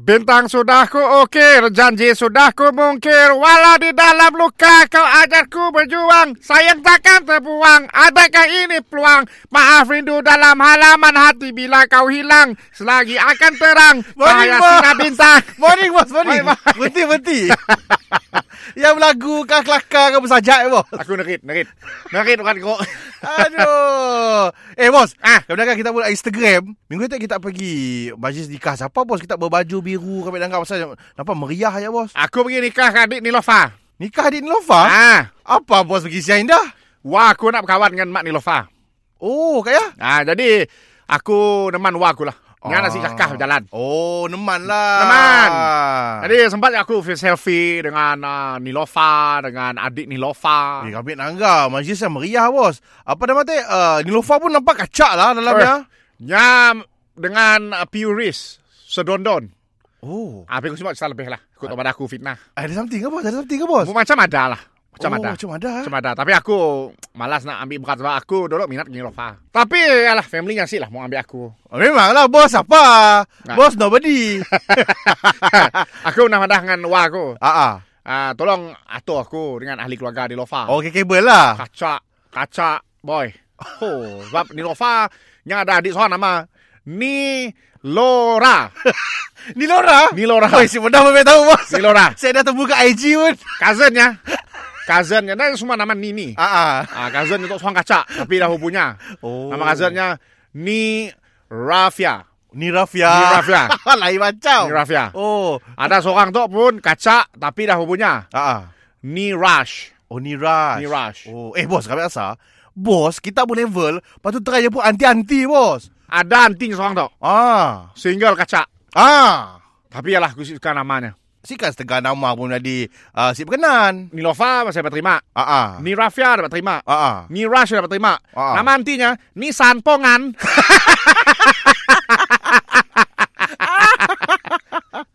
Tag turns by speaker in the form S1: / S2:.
S1: Bintang sudah ku ukir, janji sudah ku mungkir. Walau di dalam luka kau ajarku berjuang. Sayang takkan terbuang, adakah ini peluang? Maaf rindu dalam halaman hati bila kau hilang. Selagi akan terang,
S2: Morning,
S1: cahaya
S2: Bos.
S1: sinar bintang.
S2: Morning bos, morning.
S1: Bye, bye.
S2: Berhenti, berhenti. Yang lagu kah kelakar kah bersajak bos.
S1: Aku nerit, nerit. Nerit bukan kau.
S2: Aduh. Eh bos,
S1: Ah.
S2: kadang-kadang kita buat Instagram, minggu tu kita pergi majlis nikah siapa bos, kita berbaju biru kami dengar pasal nampak meriah ya bos.
S1: Aku pergi nikah dengan adik Nilofa.
S2: Nikah di Nova?
S1: Ah.
S2: Apa bos pergi siang indah?
S1: Wah, aku nak berkawan dengan Mak Nilofa.
S2: Oh, kaya.
S1: Ah, jadi aku neman wah aku lah. Dengan nasi kakah berjalan.
S2: Oh, neman lah.
S1: Neman.
S2: Ah.
S1: Jadi sempat aku selfie dengan uh, Nilofa, dengan adik Nilofa.
S2: Eh, kami nangga majlis yang meriah bos. Apa nama tu? Uh, Nilofa pun nampak kacak lah dalamnya.
S1: Nyam dengan uh, Puris, Sedondon.
S2: Oh,
S1: Ah, aku sebab cerita lebih lah.
S2: Ah.
S1: Aku tak pada aku fitnah.
S2: ada something ke bos? Ada something ke bos?
S1: Aku macam ada lah. Macam
S2: oh,
S1: ada.
S2: Macam ada. eh?
S1: Macam ada. Tapi aku malas nak ambil berat sebab aku dulu minat dengan Nilofa. Tapi alah, family ngasih lah mau ambil aku.
S2: Oh, memanglah bos apa?
S1: Nah. Ah,
S2: Bos nobody.
S1: aku nak madah dengan Wah aku.
S2: Ah ah.
S1: Ah, tolong atur aku dengan ahli keluarga Nilofa.
S2: Okey kabel lah.
S1: Kacak, kacak, boy. Oh, sebab Nilofa yang ada adik seorang nama Ni Lora.
S2: Ni Lora.
S1: Ni Lora.
S2: Oi, si mudah memang tahu bos.
S1: Ni Lora.
S2: Saya dah terbuka IG pun.
S1: Cousinnya. Cousinnya. Dan semua nama Nini.
S2: Ah ah.
S1: Ah, cousin untuk seorang kacak. Tapi dah punya.
S2: Oh.
S1: Nama cousinnya Ni Rafia.
S2: Ni Rafia.
S1: Ni Rafia.
S2: Lain macam.
S1: Ni Rafia.
S2: Oh.
S1: Ada seorang tu pun kacak. Tapi dah punya.
S2: Ah ah.
S1: Ni Rash.
S2: Oh ni Rush.
S1: Ni Rush.
S2: Oh, eh bos kami rasa bos kita pun level, lepas tu try je pun anti-anti bos.
S1: Ada anting seorang tu.
S2: Ah.
S1: Single kacak.
S2: Ah.
S1: Tapi ialah aku suka namanya.
S2: Sikan setengah nama pun jadi uh, si berkenan.
S1: Nilofa masih dapat terima.
S2: Ah ah.
S1: Ni Rafia dapat terima.
S2: Ah ah.
S1: Ni Rush dapat terima.
S2: Ah.
S1: Nama antinya Ni Sanpongan.